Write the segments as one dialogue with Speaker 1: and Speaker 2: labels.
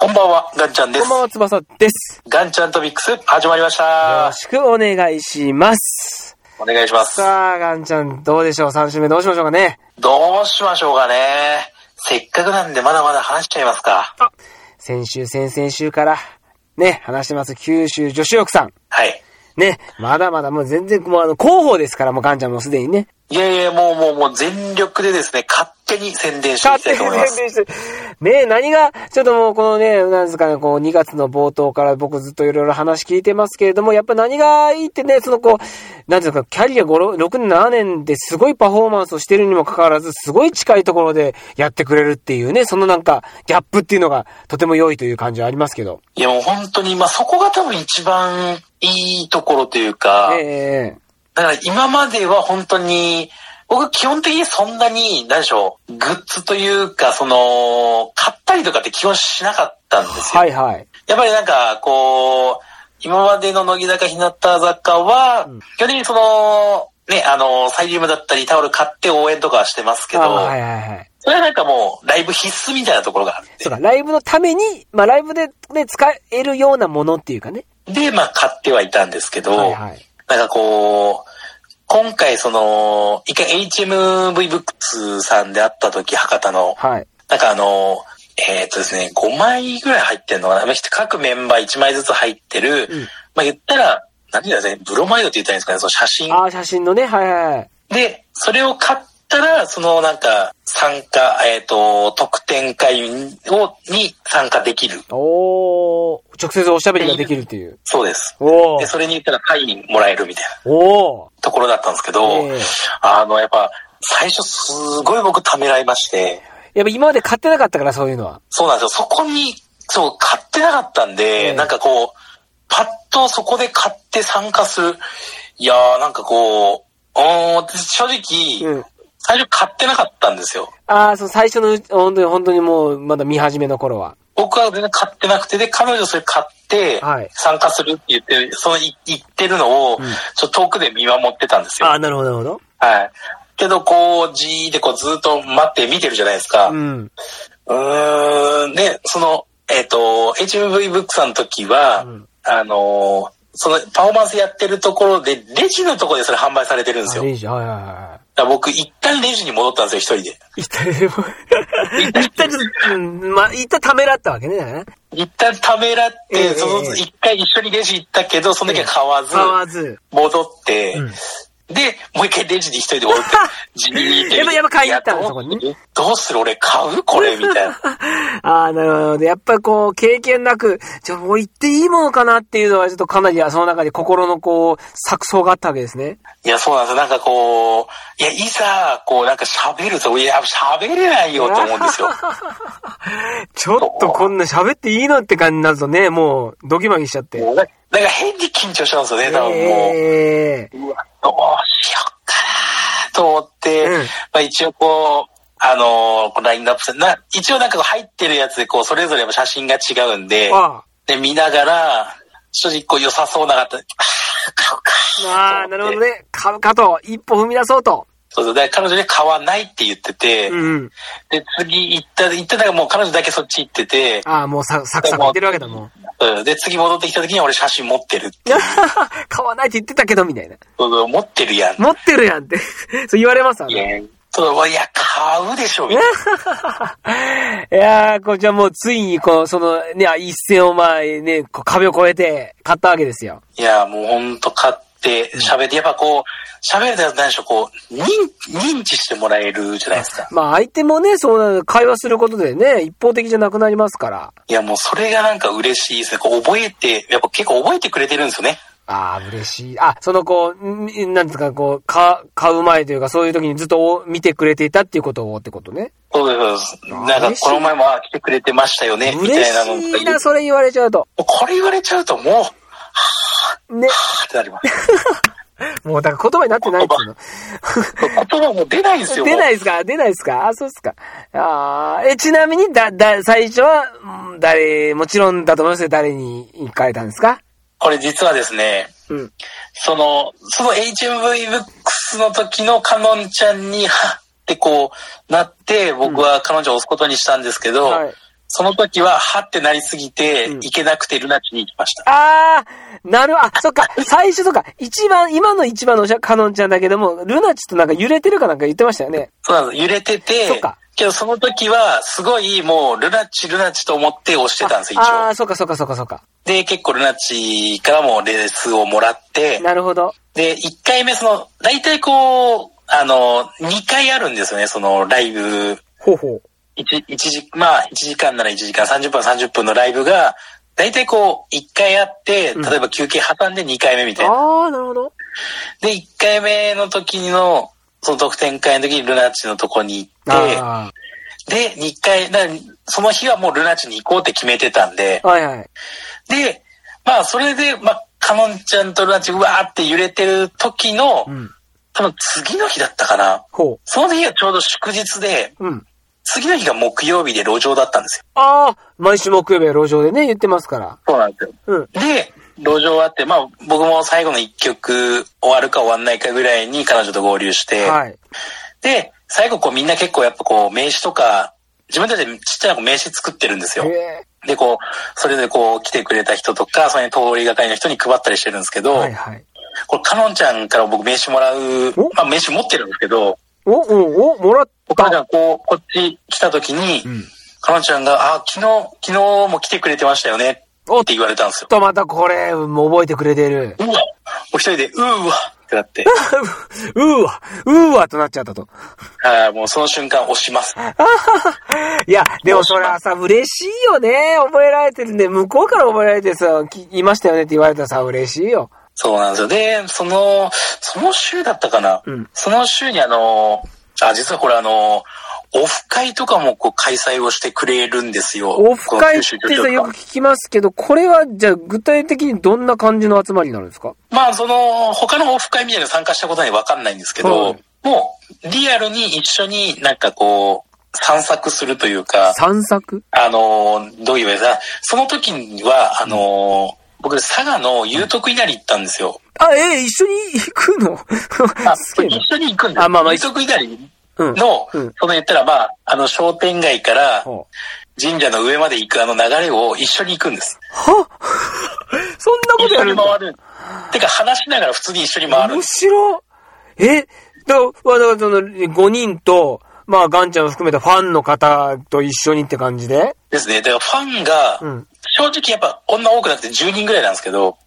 Speaker 1: ばんは、ガンちゃんで
Speaker 2: こん
Speaker 1: す
Speaker 2: ば。んは、翼です。
Speaker 1: ガンちゃんとビックス、始まりまし
Speaker 2: よろ
Speaker 1: た。
Speaker 2: しくお願いします。
Speaker 1: お願いします。
Speaker 2: さあ、ガンちゃん、どうでしょう ?3 週目どうしましょうかね
Speaker 1: どうしましょうかね。せっかくなんでまだまだ話しちゃいますか。
Speaker 2: 先週、先々週から、ね、話してます、九州女子力さん。
Speaker 1: はい。
Speaker 2: ね、まだまだもう全然、もうあの、広報ですから、もうガンちゃんもうすでにね。
Speaker 1: いやいや、もうもうもう全力でですね、勝手に宣伝してい
Speaker 2: 勝
Speaker 1: きたい
Speaker 2: 手に
Speaker 1: と思いま
Speaker 2: 宣
Speaker 1: す。
Speaker 2: 伝して。ね何が、ちょっともうこのね、なんですかね、こう、2月の冒頭から僕ずっといろいろ話聞いてますけれども、やっぱ何がいいってね、そのこう、なんていうか、キャリア5、6年、7年ですごいパフォーマンスをしてるにもかかわらず、すごい近いところでやってくれるっていうね、そのなんか、ギャップっていうのがとても良いという感じはありますけど。
Speaker 1: いやもう本当に、まあそこが多分一番いいところというか、
Speaker 2: ええええ
Speaker 1: だから今までは本当に、僕基本的にそんなに、何でしょう、グッズというか、その、買ったりとかって基本しなかったんですよ。
Speaker 2: はいはい。
Speaker 1: やっぱりなんか、こう、今までの乃木坂、日向坂は、
Speaker 2: うん
Speaker 1: 基本的にその、ね、あの、サイリウムだったりタオル買って応援とかはしてますけど、
Speaker 2: あはいはいはい。
Speaker 1: それはなんかもう、ライブ必須みたいなところがあっ
Speaker 2: そうか、ライブのために、まあライブでね、使えるようなものっていうかね。
Speaker 1: て、で、まあ、買ってはいたんですけど、
Speaker 2: はいはい。
Speaker 1: なんかこう、今回その、一回 HMV ブックスさんで会った時、博多の、
Speaker 2: はい。
Speaker 1: なんかあの、えーっとですね、5枚ぐらい入ってるのかな各メンバー1枚ずつ入ってる、
Speaker 2: うん
Speaker 1: まあ言ったら、何て言うんですかね、ブロマイドって言ったらいいんですかね、その写真
Speaker 2: ああ、写真のね、はいはいはい。
Speaker 1: で、それを買ったら、そのなんか、参加、えっ、と、特典会を、に参加できる。
Speaker 2: おー、直接おしゃべりができるっていう。
Speaker 1: そうです。
Speaker 2: お
Speaker 1: で、
Speaker 2: ー、
Speaker 1: それに行ったら会員もらえるみたいな
Speaker 2: おー、
Speaker 1: ところだったんですけど、
Speaker 2: ええ
Speaker 1: あの、やっぱ、最初すごい僕ためらいまして、
Speaker 2: やっぱ今まで買ってなかったから、そういうのは。
Speaker 1: そうなんですよ。そこに、そう、買ってなかったんで、
Speaker 2: ええ
Speaker 1: なんかこう、パッとそこで買って参加する。いやー、なんかこう、うーん私正直、
Speaker 2: うん。
Speaker 1: 最初買ってなかったんですよ。
Speaker 2: ああ、そう、最初のうち、本当に、本当にもう、まだ見始めの頃は。
Speaker 1: 僕は全然買ってなくて、で、彼女それ買って
Speaker 2: はい、
Speaker 1: 参加するって言って、そのい言ってるのを、
Speaker 2: う
Speaker 1: ち
Speaker 2: ん
Speaker 1: ょっと遠くで見守ってたんですよ。
Speaker 2: ああ、なるほど、なるほど。
Speaker 1: はい。けど、こう、じーってこうずっと待って見てるじゃないですか。
Speaker 2: う。
Speaker 1: うんーん。で、その、えっ、と、HMV ブックさんの時は、
Speaker 2: うん
Speaker 1: あのーそのパフォーマンスやってるところで、レジのところでそれ販売されてるんです
Speaker 2: あ
Speaker 1: よ。
Speaker 2: れ
Speaker 1: だ
Speaker 2: いいじゃん、はいはいは
Speaker 1: から僕、一旦レジに戻ったんですよ、一人で。
Speaker 2: い。一旦、でも一旦ちょっと、うんまあ、一旦ためらったわけね、だからね。
Speaker 1: 一旦ためらっ
Speaker 2: ええ
Speaker 1: て、その、
Speaker 2: ええ
Speaker 1: 一回一緒にレジ行ったけど、その時は買わず、
Speaker 2: 買わず。
Speaker 1: 戻って、
Speaker 2: うん
Speaker 1: で、もう一回レジに一人で 置いて、じーって。
Speaker 2: やっぱやっぱ買いに行ったの
Speaker 1: いや
Speaker 2: そこに。
Speaker 1: どうどうする俺買うこれみたいな。
Speaker 2: ああ、なるほど。やっぱりこう、経験なく、じゃあもう行っていいものかなっていうのは、ちょっとかなり、その中で心のこう、錯綜があったわけですね。
Speaker 1: いや、そうなんですよ。なんかこう、いや、いざ、こう、なんか喋ると、いや、喋れないよと思うんです よ。
Speaker 2: ちょっとこんな喋っていいのって感じになるとね、もう、ドキマギしちゃって。
Speaker 1: もうなんかなんか変に緊張しちゃうんですよね、多分もう。
Speaker 2: ええ
Speaker 1: うわ、どうしよっかなと思って、
Speaker 2: うん
Speaker 1: まあ一応こう、あのーこうラインナップするな、一応なんかこう入ってるやつでこう、それぞれも写真が違うんで、
Speaker 2: あ
Speaker 1: で、見ながら、正直こう良さそうな方、あー買うか。
Speaker 2: あ、ああ、なるほどね。買うかと、一歩踏み出そうと。
Speaker 1: そうそう。だから彼女に買わないって言ってて、
Speaker 2: うん。
Speaker 1: で、次行った、行ったらもう彼女だけそっち行ってて、
Speaker 2: ああ、もうさ、サクサクいってるわけだもん。
Speaker 1: うんで、次戻ってきた時に俺写真持ってるって。
Speaker 2: 買わないって言ってたけど、みたいな。
Speaker 1: そうそう持ってるやん。
Speaker 2: 持ってるやんって。 そう言われますわ
Speaker 1: い
Speaker 2: ね。
Speaker 1: や、そういや買うでしょ、みたい
Speaker 2: いやー、こう、じゃあもうついに、こう、その、ね、あ一線を前、ね、こう壁を越えて、買ったわけですよ。
Speaker 1: な。いや、もうほんと買って、喋って、やっぱこう、喋ると何でしょう、こう、認、認知してもらえるじゃないですか。
Speaker 2: まあ、相手もね、そうなの、会話することでね、一方的じゃなくなりますから。
Speaker 1: いや、もうそれがなんか嬉しいですね。こう覚えて、やっぱ結構覚えてくれてるんですよね。
Speaker 2: ああ、嬉しい。あ、そのこう、んなんですか、こう、か、買う前というか、そういう時にずっとお見てくれていたっていうことをってことね。
Speaker 1: そうです、そうです。
Speaker 2: あ
Speaker 1: なんか
Speaker 2: 嬉し、い
Speaker 1: この前もあ来てくれてましたよね、み
Speaker 2: 嬉
Speaker 1: たいなの
Speaker 2: しいな、
Speaker 1: も
Speaker 2: それ言われちゃうと。
Speaker 1: うこれ言われちゃうともう、は
Speaker 2: ね。
Speaker 1: ぁってなり ます。
Speaker 2: もう、だから言葉になってないっ
Speaker 1: 言葉もう出ないんで
Speaker 2: て
Speaker 1: す
Speaker 2: いうの。
Speaker 1: よ。
Speaker 2: 出
Speaker 1: い。
Speaker 2: ないですか出ないですかあ、そうですか。ああ、え、ちなみに、だ、だ、最初は、うん誰、もちろんだと思いますけど、誰に行かれたんですか
Speaker 1: これ実はですね、
Speaker 2: うん。
Speaker 1: その、その HMV ブックスの時のカノンちゃんに、はっってこう、なって、僕は彼女を押すことにしたんですけど、
Speaker 2: はい
Speaker 1: その時は、はってなりすぎて、
Speaker 2: うん
Speaker 1: 行けなくてルナチに行きました。
Speaker 2: あー、なる、あ、そっか、最初とか、一番、今の一番のおしゃカノンちゃんだけども、ルナチとなんか揺れてるかなんか言ってましたよね。
Speaker 1: そうなんです。揺れて
Speaker 2: そってか、
Speaker 1: けどその時は、すごいもう、ルナッチ、ルナッチと思って押してたんです、一
Speaker 2: ああ
Speaker 1: 応。
Speaker 2: ー、そっかそっかそっかそっか。
Speaker 1: で、結構ルナッチからもレースをもらって、
Speaker 2: なるほど。
Speaker 1: で、1回目、その、大体こう、あの、2回あるんですよね、その、ライブ。
Speaker 2: ほうほう。
Speaker 1: 1, 一時、まあ、1時間なら1時間、30分30分のライブが、大体こう、1回あって、
Speaker 2: うん
Speaker 1: 例えば休憩挟んで2回目みたいな。
Speaker 2: あー、なるほど。
Speaker 1: で、1回目の時の、その得点会の時にルナッチのとこに行って、
Speaker 2: あ
Speaker 1: で、2回、だその日はもうルナチに行こうって決めてたんで
Speaker 2: ー、はいはい。
Speaker 1: で、まあそれで、まあ、カノンちゃんとルナチうわーって揺れてる時の
Speaker 2: う、ん。
Speaker 1: 多分次の日だったかな。
Speaker 2: ほ
Speaker 1: その日はちょうど祝日で、
Speaker 2: う。うん。
Speaker 1: 次の日が木曜日で路上だったんですよ。
Speaker 2: ああ、毎週木曜日は路上でね、言ってますから。
Speaker 1: そうなんですよ。
Speaker 2: うん。
Speaker 1: で、路上終わって、まあ僕も最後の1曲終わるか終わんないかぐらいに彼女と合流して、
Speaker 2: はい。
Speaker 1: で、最後こうみんな結構やっぱこう名刺とか、自分たちでちっちゃなこう名刺作ってるんですよ。
Speaker 2: え
Speaker 1: で、こう、それでこう来てくれた人とか、それに通りがかりの人に配ったりしてるんですけ
Speaker 2: ー、
Speaker 1: ど、
Speaker 2: はいはい。
Speaker 1: これ、かのんちゃんから僕名刺もらう
Speaker 2: お、
Speaker 1: まあ名刺持ってるんですけど、
Speaker 2: お、お、お、もらっ
Speaker 1: お母ちゃ
Speaker 2: た。
Speaker 1: んこう、こっち来た時に、
Speaker 2: うん。
Speaker 1: かのんちゃんが、あ、昨日、昨日も来てくれてましたよね、
Speaker 2: お
Speaker 1: って言われたんですよ。
Speaker 2: とまたこれ、もう覚えてくれてる。
Speaker 1: うわもう一人で、うーわってなって、
Speaker 2: うーわ、うーわとなっちゃったと。
Speaker 1: あーもうその瞬間押します。
Speaker 2: いや、でもそれはさ、嬉しいよね。覚えられてるんで、向こうから覚えられてさ、き言いましたよねって言われたらさ、嬉しいよ。
Speaker 1: そうなんですよ。で、その、その週だったかな、
Speaker 2: うん
Speaker 1: その週にあの、あ、実はこれあの、オフ会とかもこう開催をしてくれるんですよ。
Speaker 2: オフ会ってさ、
Speaker 1: この九州女子
Speaker 2: よ
Speaker 1: と
Speaker 2: く
Speaker 1: か
Speaker 2: 聞きますけど、これは、じゃあ具体的にどんな感じの集まりになるんですか
Speaker 1: まあ、その、他のオフ会みたいなの参加したことにわかんないんですけど、
Speaker 2: はい
Speaker 1: もう、リアルに一緒になんかこう、散策するというか、
Speaker 2: 散策
Speaker 1: あの、どういうか、その時には、あの、僕、佐賀の有徳稲荷行ったんですよ。
Speaker 2: あ、えー一緒に行くの
Speaker 1: あ、
Speaker 2: すげえな
Speaker 1: 一緒に行くんです
Speaker 2: あまあまあ
Speaker 1: 有徳稲荷
Speaker 2: うん。
Speaker 1: の、
Speaker 2: うん
Speaker 1: その言ったら、まあ、あの、商店街から
Speaker 2: ほう
Speaker 1: 神社の上まで行くあの流れを一緒に行くんです。
Speaker 2: はそんなこと
Speaker 1: 一
Speaker 2: や
Speaker 1: 緒
Speaker 2: る
Speaker 1: に
Speaker 2: んだ
Speaker 1: 回。る。てか、話しながら普通に一緒に回るん
Speaker 2: 面
Speaker 1: です。
Speaker 2: 白いえだから、だからその、5人と、まあ、ガンちゃんを含めたファンの方と一緒にって感じで
Speaker 1: ですね。だから、ファンが、
Speaker 2: うん。
Speaker 1: 正直やっぱ女多くなくて10人ぐらいなんですけど、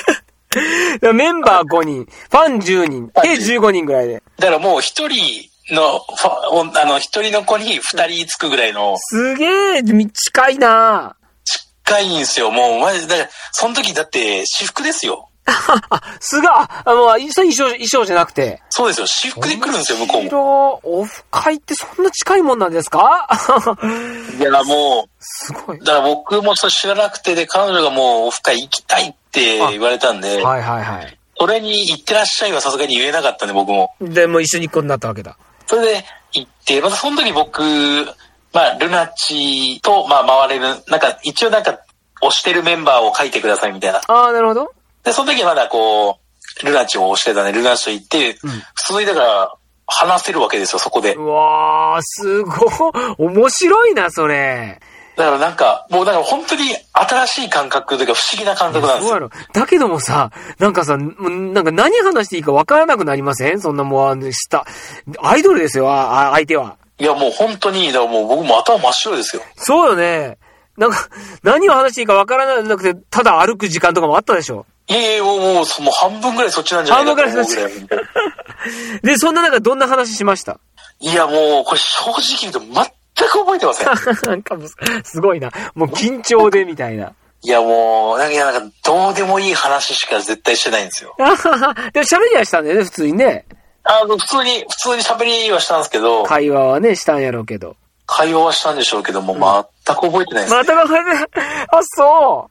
Speaker 2: だからメンバー5人、ファン10人、計15人ぐらいで。
Speaker 1: だからもう一人のファ、おあの、一人の子に二人つくぐらいの、
Speaker 2: すげえ、み近いな
Speaker 1: 近いんですよ。もう、マジで、だから、その時だって、私服ですよ。
Speaker 2: あ、すが、あ、あの、いそれ衣装、衣装じゃなくて。
Speaker 1: そうですよ。私服で来るんですよ、向こうも。
Speaker 2: 白いオフ会ってそんな近いもんなんですか
Speaker 1: いや、も、。
Speaker 2: すごいう
Speaker 1: だから僕もそう知らなくて、で、彼女がもう、オフ会行きたいって言われたんで、
Speaker 2: はいはいはい。
Speaker 1: それに行ってらっしゃいはさすがに言えなかったんで、僕も。
Speaker 2: で、もう一緒に行くことになったわけだ。
Speaker 1: それで行って、またその時僕、まあ、ルナチと、まあ、回れる、なんか、一応なんか、押してるメンバーを書いてくださいみたいな。
Speaker 2: ああ、なるほど。
Speaker 1: で、その時はまだこう、ルナチを押してたね、ルナチと行って、
Speaker 2: うん
Speaker 1: 普通にだから、話せるわけですよ、そこで
Speaker 2: う。わー、すごい。面白いな、それ。
Speaker 1: だからなんか、もうだから本当に新しい感覚というか不思議な感
Speaker 2: す
Speaker 1: 覚なんです
Speaker 2: ごい
Speaker 1: よ。
Speaker 2: の。だけどもさ、なんかさ、もうなんか何話していいか分からなくなりませんそんなもう、あのした。アイドルですよ、ああ相手は。
Speaker 1: いやもう本当に、だからもう僕も頭真っ白ですよ。
Speaker 2: そうよね。なんか、何を話していいか分からなくて、ただ歩く時間とかもあったでしょ。
Speaker 1: いやいや、もうもうそもう半分ぐらいそっちなんじゃないかと思うぐらい。
Speaker 2: で、そんな中、どんな話しました
Speaker 1: いやもう、これ正直言うと全く覚えてません。
Speaker 2: なんかもう、すごいな。もう緊張でみたいな。
Speaker 1: いやもう、なんか、いやなんかどうでもいい話しか絶対してないんですよ。
Speaker 2: あはは でも喋りはしたんだよね、普通にね。
Speaker 1: あの、普通に、普通に喋りはしたんですけど、
Speaker 2: 会話はね、したんやろうけど。
Speaker 1: 会話はしたんでしょうけども、全く覚えてないです、ね
Speaker 2: またが、 あ、そ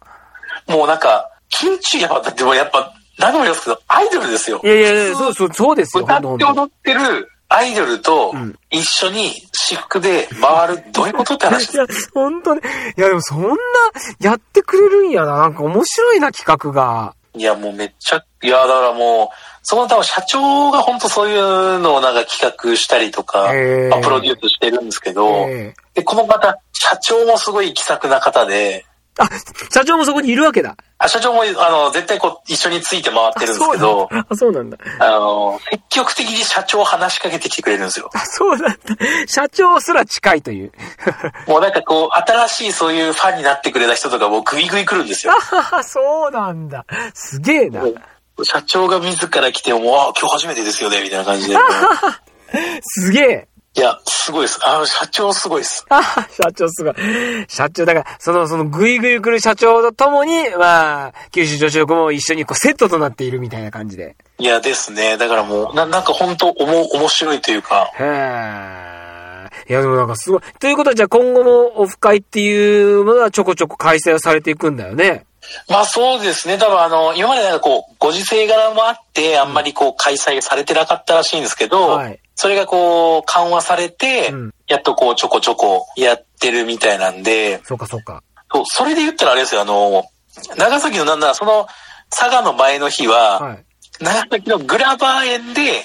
Speaker 1: もうなんか、緊張やっぱ、でもやっぱ、何度も言いますけど、アイドルですよ。
Speaker 2: う。いやいやいや、そうそう、そうですよ。
Speaker 1: 歌
Speaker 2: ほ
Speaker 1: っ
Speaker 2: ん
Speaker 1: て
Speaker 2: とほん と
Speaker 1: 踊ってるアイドルと
Speaker 2: ん
Speaker 1: 一緒に私服で回る、どういうことって話
Speaker 2: いや、ほんとね。いや、でもそんな、やってくれるんやな。なんか面白いな、企画が。
Speaker 1: いや、もうめっちゃ、いや、だからもう、その多分社長が本当そういうのをなんか企画したりとか、
Speaker 2: へー
Speaker 1: まあプロデュースしてるんですけど、
Speaker 2: ええ
Speaker 1: で、この方、社長もすごい気さくな方で、
Speaker 2: あ、社長もそこにいるわけだ。
Speaker 1: あ社長も、あの、絶対こう、一緒について回ってるんですけど、
Speaker 2: あ、そうなんだ。
Speaker 1: あの、積極的に社長を話しかけてきてくれるんですよ。
Speaker 2: あ、そうなんだ。社長すら近いという。
Speaker 1: もうなんかこう、新しいそういうファンになってくれた人とかもうグイグイ来るんですよ。
Speaker 2: あ そうなんだ。すげえな。
Speaker 1: 社長が自ら来ても、あ、今日初めてですよね、みたいな感じ で。
Speaker 2: すげえ。
Speaker 1: いや、すごいです。あの、社長すごいです。
Speaker 2: あ社長すごい。社長、だから、その、その、ぐいぐい来る社長と共に、まあ、九州女子力も一緒にこうセットとなっているみたいな感じで。
Speaker 1: いや、ですね。だからもう、ななんか本当おも、面白いというか、
Speaker 2: へーいや、でもなんかすごい。ということは、じゃあ今後もオフ会っていうものはちょこちょこ開催をされていくんだよね。
Speaker 1: まあそうですね。多分あの、今までなんかこう、ご時世柄もあって、あんまりこう、開催されてなかったらしいんですけど、
Speaker 2: はい
Speaker 1: それがこう、緩和されて、
Speaker 2: うん
Speaker 1: やっとこう、ちょこちょこやってるみたいなんで、
Speaker 2: そうかそうか。
Speaker 1: そうそれで言ったらあれですよ、あの、長崎のなんなら、その、佐賀の前の日は、
Speaker 2: はい。
Speaker 1: 長崎のグラバー園で、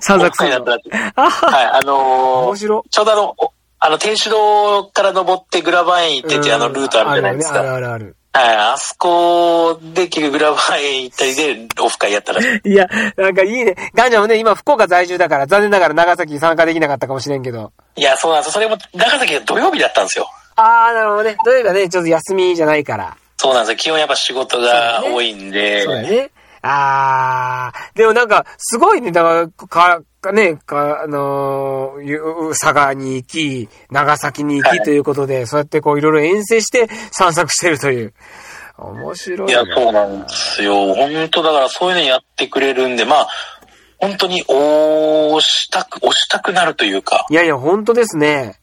Speaker 2: 散策す
Speaker 1: にな
Speaker 2: る
Speaker 1: った
Speaker 2: の。
Speaker 1: らしいです。
Speaker 2: あは
Speaker 1: はい、あの
Speaker 2: 面
Speaker 1: ー
Speaker 2: 白。
Speaker 1: ちょうどあの、おあの、天主堂から登ってグラバー園行ってって、あのルートあるじゃないです
Speaker 2: ある
Speaker 1: か。
Speaker 2: あるある。
Speaker 1: はい、あそこで結局グラバー園行ったりで、オフ会やったらし い。
Speaker 2: いや、なんかいいね。ガンジャもね、今福岡在住だから、残念ながら長崎に参加できなかったかもしれんけど。
Speaker 1: いや、そうなんですよそれも、長崎が土曜日だったんですよ。
Speaker 2: あー、なるほどね。土曜日はね、ちょっと休みじゃないから。
Speaker 1: そうなんですよ。基本やっぱ仕事が多いんで。
Speaker 2: そうだね。あー、でもなんか、すごいね、だから、か、ね、か、あのーゆ佐賀に行き、長崎に行
Speaker 1: は
Speaker 2: き
Speaker 1: い
Speaker 2: ということで、そうやってこういろいろ遠征して散策してるという。面白い
Speaker 1: い
Speaker 2: ね。
Speaker 1: や、そうなんですよ。本当だからそういうのやってくれるんで、まあ、本当に押したく、押したくなるというか。
Speaker 2: いやいや、本当ですね。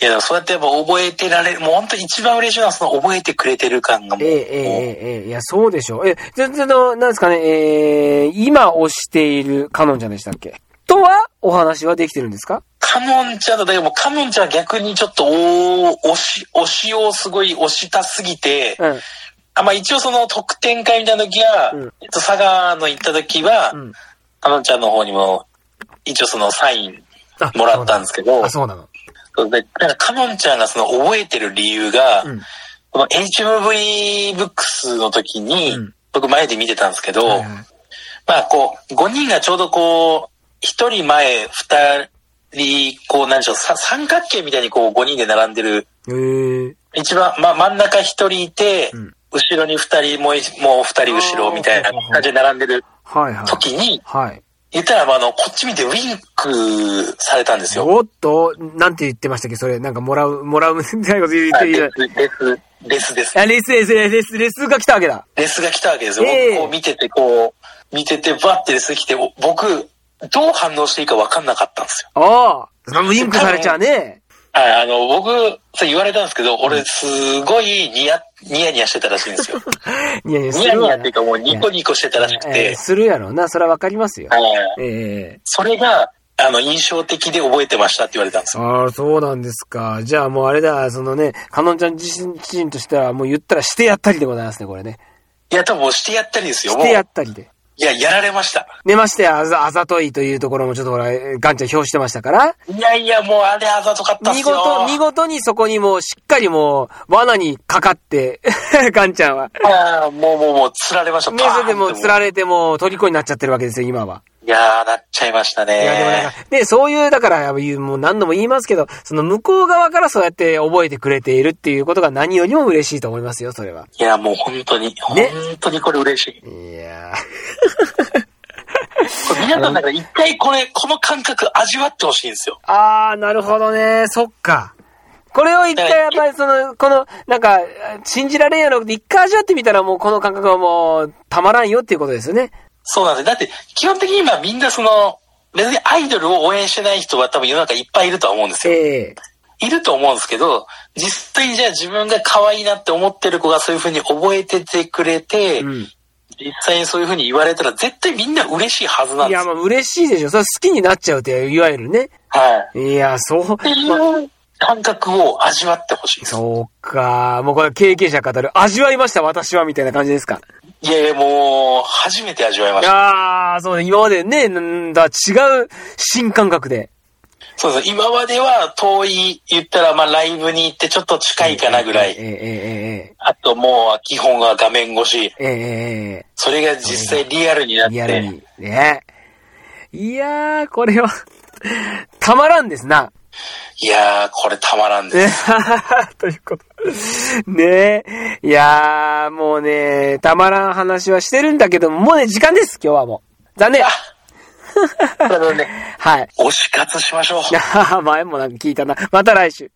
Speaker 1: いや、そうやってやっぱ覚えてられる。もう本当に一番嬉しいのはその覚えてくれてる感がも
Speaker 2: え
Speaker 1: う。
Speaker 2: えええええいや、そうでしょう。え、全然の、なんですかね、ええ今推しているカノンちゃんでしたっけとは、お話はできてるんですか
Speaker 1: カモンちゃんの、だけどもうカモンちゃんは逆にちょっと、おー押し、押しをすごい押したすぎて、
Speaker 2: うん。
Speaker 1: あまあ一応その特典会みたいな時は、
Speaker 2: うん
Speaker 1: えっと、佐賀の行った時は、
Speaker 2: うん。
Speaker 1: カモンちゃんの方にも、一応そのサイン
Speaker 2: あ
Speaker 1: もらったんですけど
Speaker 2: あ、、そうなの。
Speaker 1: そうでなんかカモンちゃんがその覚えてる理由が、
Speaker 2: うん。
Speaker 1: この HMV ブックスの時に、
Speaker 2: うん
Speaker 1: 僕前で見てたんですけど、
Speaker 2: はいはい
Speaker 1: まあこう、5人がちょうどこう、1人前、2人、こう、なんでしょう、さ三角形みたいにこう5人で並んでる、
Speaker 2: ええ
Speaker 1: 一番、ま、真ん中1人いて、
Speaker 2: うん
Speaker 1: 後ろに2人、もう一もう2人後ろみたいな感じで並んでる
Speaker 2: はいはい。
Speaker 1: 時に、
Speaker 2: はい。
Speaker 1: 言ったら、まあ、あの、こっち見てウィンクされたんですよ。
Speaker 2: おっと、なんて言ってましたっけそれ、なんかもらう、もらうみたいなこと言っ
Speaker 1: あ
Speaker 2: てい
Speaker 1: レ
Speaker 2: る。
Speaker 1: ス、レス、レスです。
Speaker 2: あ、レス、レス、レス、レス、レスが来たわけだ。
Speaker 1: レスが来たわけですよ。
Speaker 2: ええ
Speaker 1: 僕こう見てて、こう、見てて、バッてレス来て、お僕、どう反応していいか分かんなかったんですよ。
Speaker 2: ああ、そのウィンクされちゃうね。
Speaker 1: はい、あの、僕、そう言われたんですけど、俺、すごいニヤ、ニヤニヤしてたらしいんですよ。
Speaker 2: いやいや、
Speaker 1: ニ
Speaker 2: す
Speaker 1: ヤ
Speaker 2: る
Speaker 1: ニヤ
Speaker 2: わ
Speaker 1: っていうか、もうニコニコしてたらしく
Speaker 2: ええ
Speaker 1: て、
Speaker 2: するやろうな、それはわかりますよ。
Speaker 1: はい
Speaker 2: ええ
Speaker 1: それが、あの、印象的で覚えてましたって言われたんですよ。
Speaker 2: ああ、そうなんですか。じゃあもうあれだ、そのね、かのんちゃん自身自身としては、もう言ったらしてやったりでございますね、これね。
Speaker 1: いや、多分もうしてやったりですよ。
Speaker 2: し
Speaker 1: もう、
Speaker 2: て
Speaker 1: い
Speaker 2: やったりで。
Speaker 1: や、やられました。
Speaker 2: 寝ましてあざ、あざといというところもちょっとほら、えーガンちゃん表してましたから、
Speaker 1: いやいや、もうあれあざとかったっす
Speaker 2: 見
Speaker 1: よ。
Speaker 2: 事、見事にそこにもうしっかりもう、罠にかかって、 ガンちゃんは。
Speaker 1: ああ、もうもうもう、釣られました。
Speaker 2: ね、
Speaker 1: パーンっ
Speaker 2: そ
Speaker 1: て
Speaker 2: れでもう釣られてもう虜になっちゃってるわけですよ、今は。
Speaker 1: いやー、なっちゃいましたね。
Speaker 2: いや、でもなんか、で、そういう、だから、言うもう何度も言いますけど、その向こう側からそうやって覚えてくれているっていうことが何よりも嬉しいと思いますよ、それは。
Speaker 1: いや、もう本当に、
Speaker 2: ね
Speaker 1: 本当にこれ嬉しい。
Speaker 2: いや
Speaker 1: これ皆さんなんか一回これ、この感覚味わってほしいんですよ。
Speaker 2: ー。あー、なるほどね。そっか。これを一回、やっぱりその、この、なんか、信じられんやろって一回味わってみたらもうこの感覚はもう、たまらんよっていうことですよね。
Speaker 1: そうなんですよだって、基本的に今みんなその、別にアイドルを応援してない人は多分世の中いっぱいいるとは思うんですよ。
Speaker 2: ええ
Speaker 1: いると思うんですけど、実際にじゃあ自分が可愛いなって思ってる子がそういう風に覚えててくれて、
Speaker 2: うん。
Speaker 1: 実際にそういう風に言われたら絶対みんな嬉しいはずなん
Speaker 2: い
Speaker 1: で
Speaker 2: や、
Speaker 1: すよ。
Speaker 2: まあ嬉しいでしょ。それ好きになっちゃうって、いわゆるね。
Speaker 1: はい。
Speaker 2: いや、そう
Speaker 1: っ。ていう、感覚を味わってほしいです。
Speaker 2: そうか。もうこれ経験者が語る。味わいました、私は、みたいな感じですか。
Speaker 1: いやいや、もう、初めて味わいました。
Speaker 2: ああ、そうね。今までね、なんだ、違う新感覚で。
Speaker 1: そうです。今までは遠い、言ったら、まあ、ライブに行ってちょっと近いかなぐら
Speaker 2: え
Speaker 1: い。
Speaker 2: え
Speaker 1: あともう、基本は画面越し。
Speaker 2: ええええええええ
Speaker 1: それが実際リアルになっ
Speaker 2: リアル
Speaker 1: て。
Speaker 2: に。ね。いやー、これは、たまらんですな。
Speaker 1: いやー、これたまらんです。
Speaker 2: ということ。ねえ。いやー、もうね、たまらん話はしてるんだけども、もうね、時間です、今日はもう。残 念。
Speaker 1: ただね、
Speaker 2: はい。
Speaker 1: 推し活しましょう。
Speaker 2: 前もなんか聞いたな。また来週。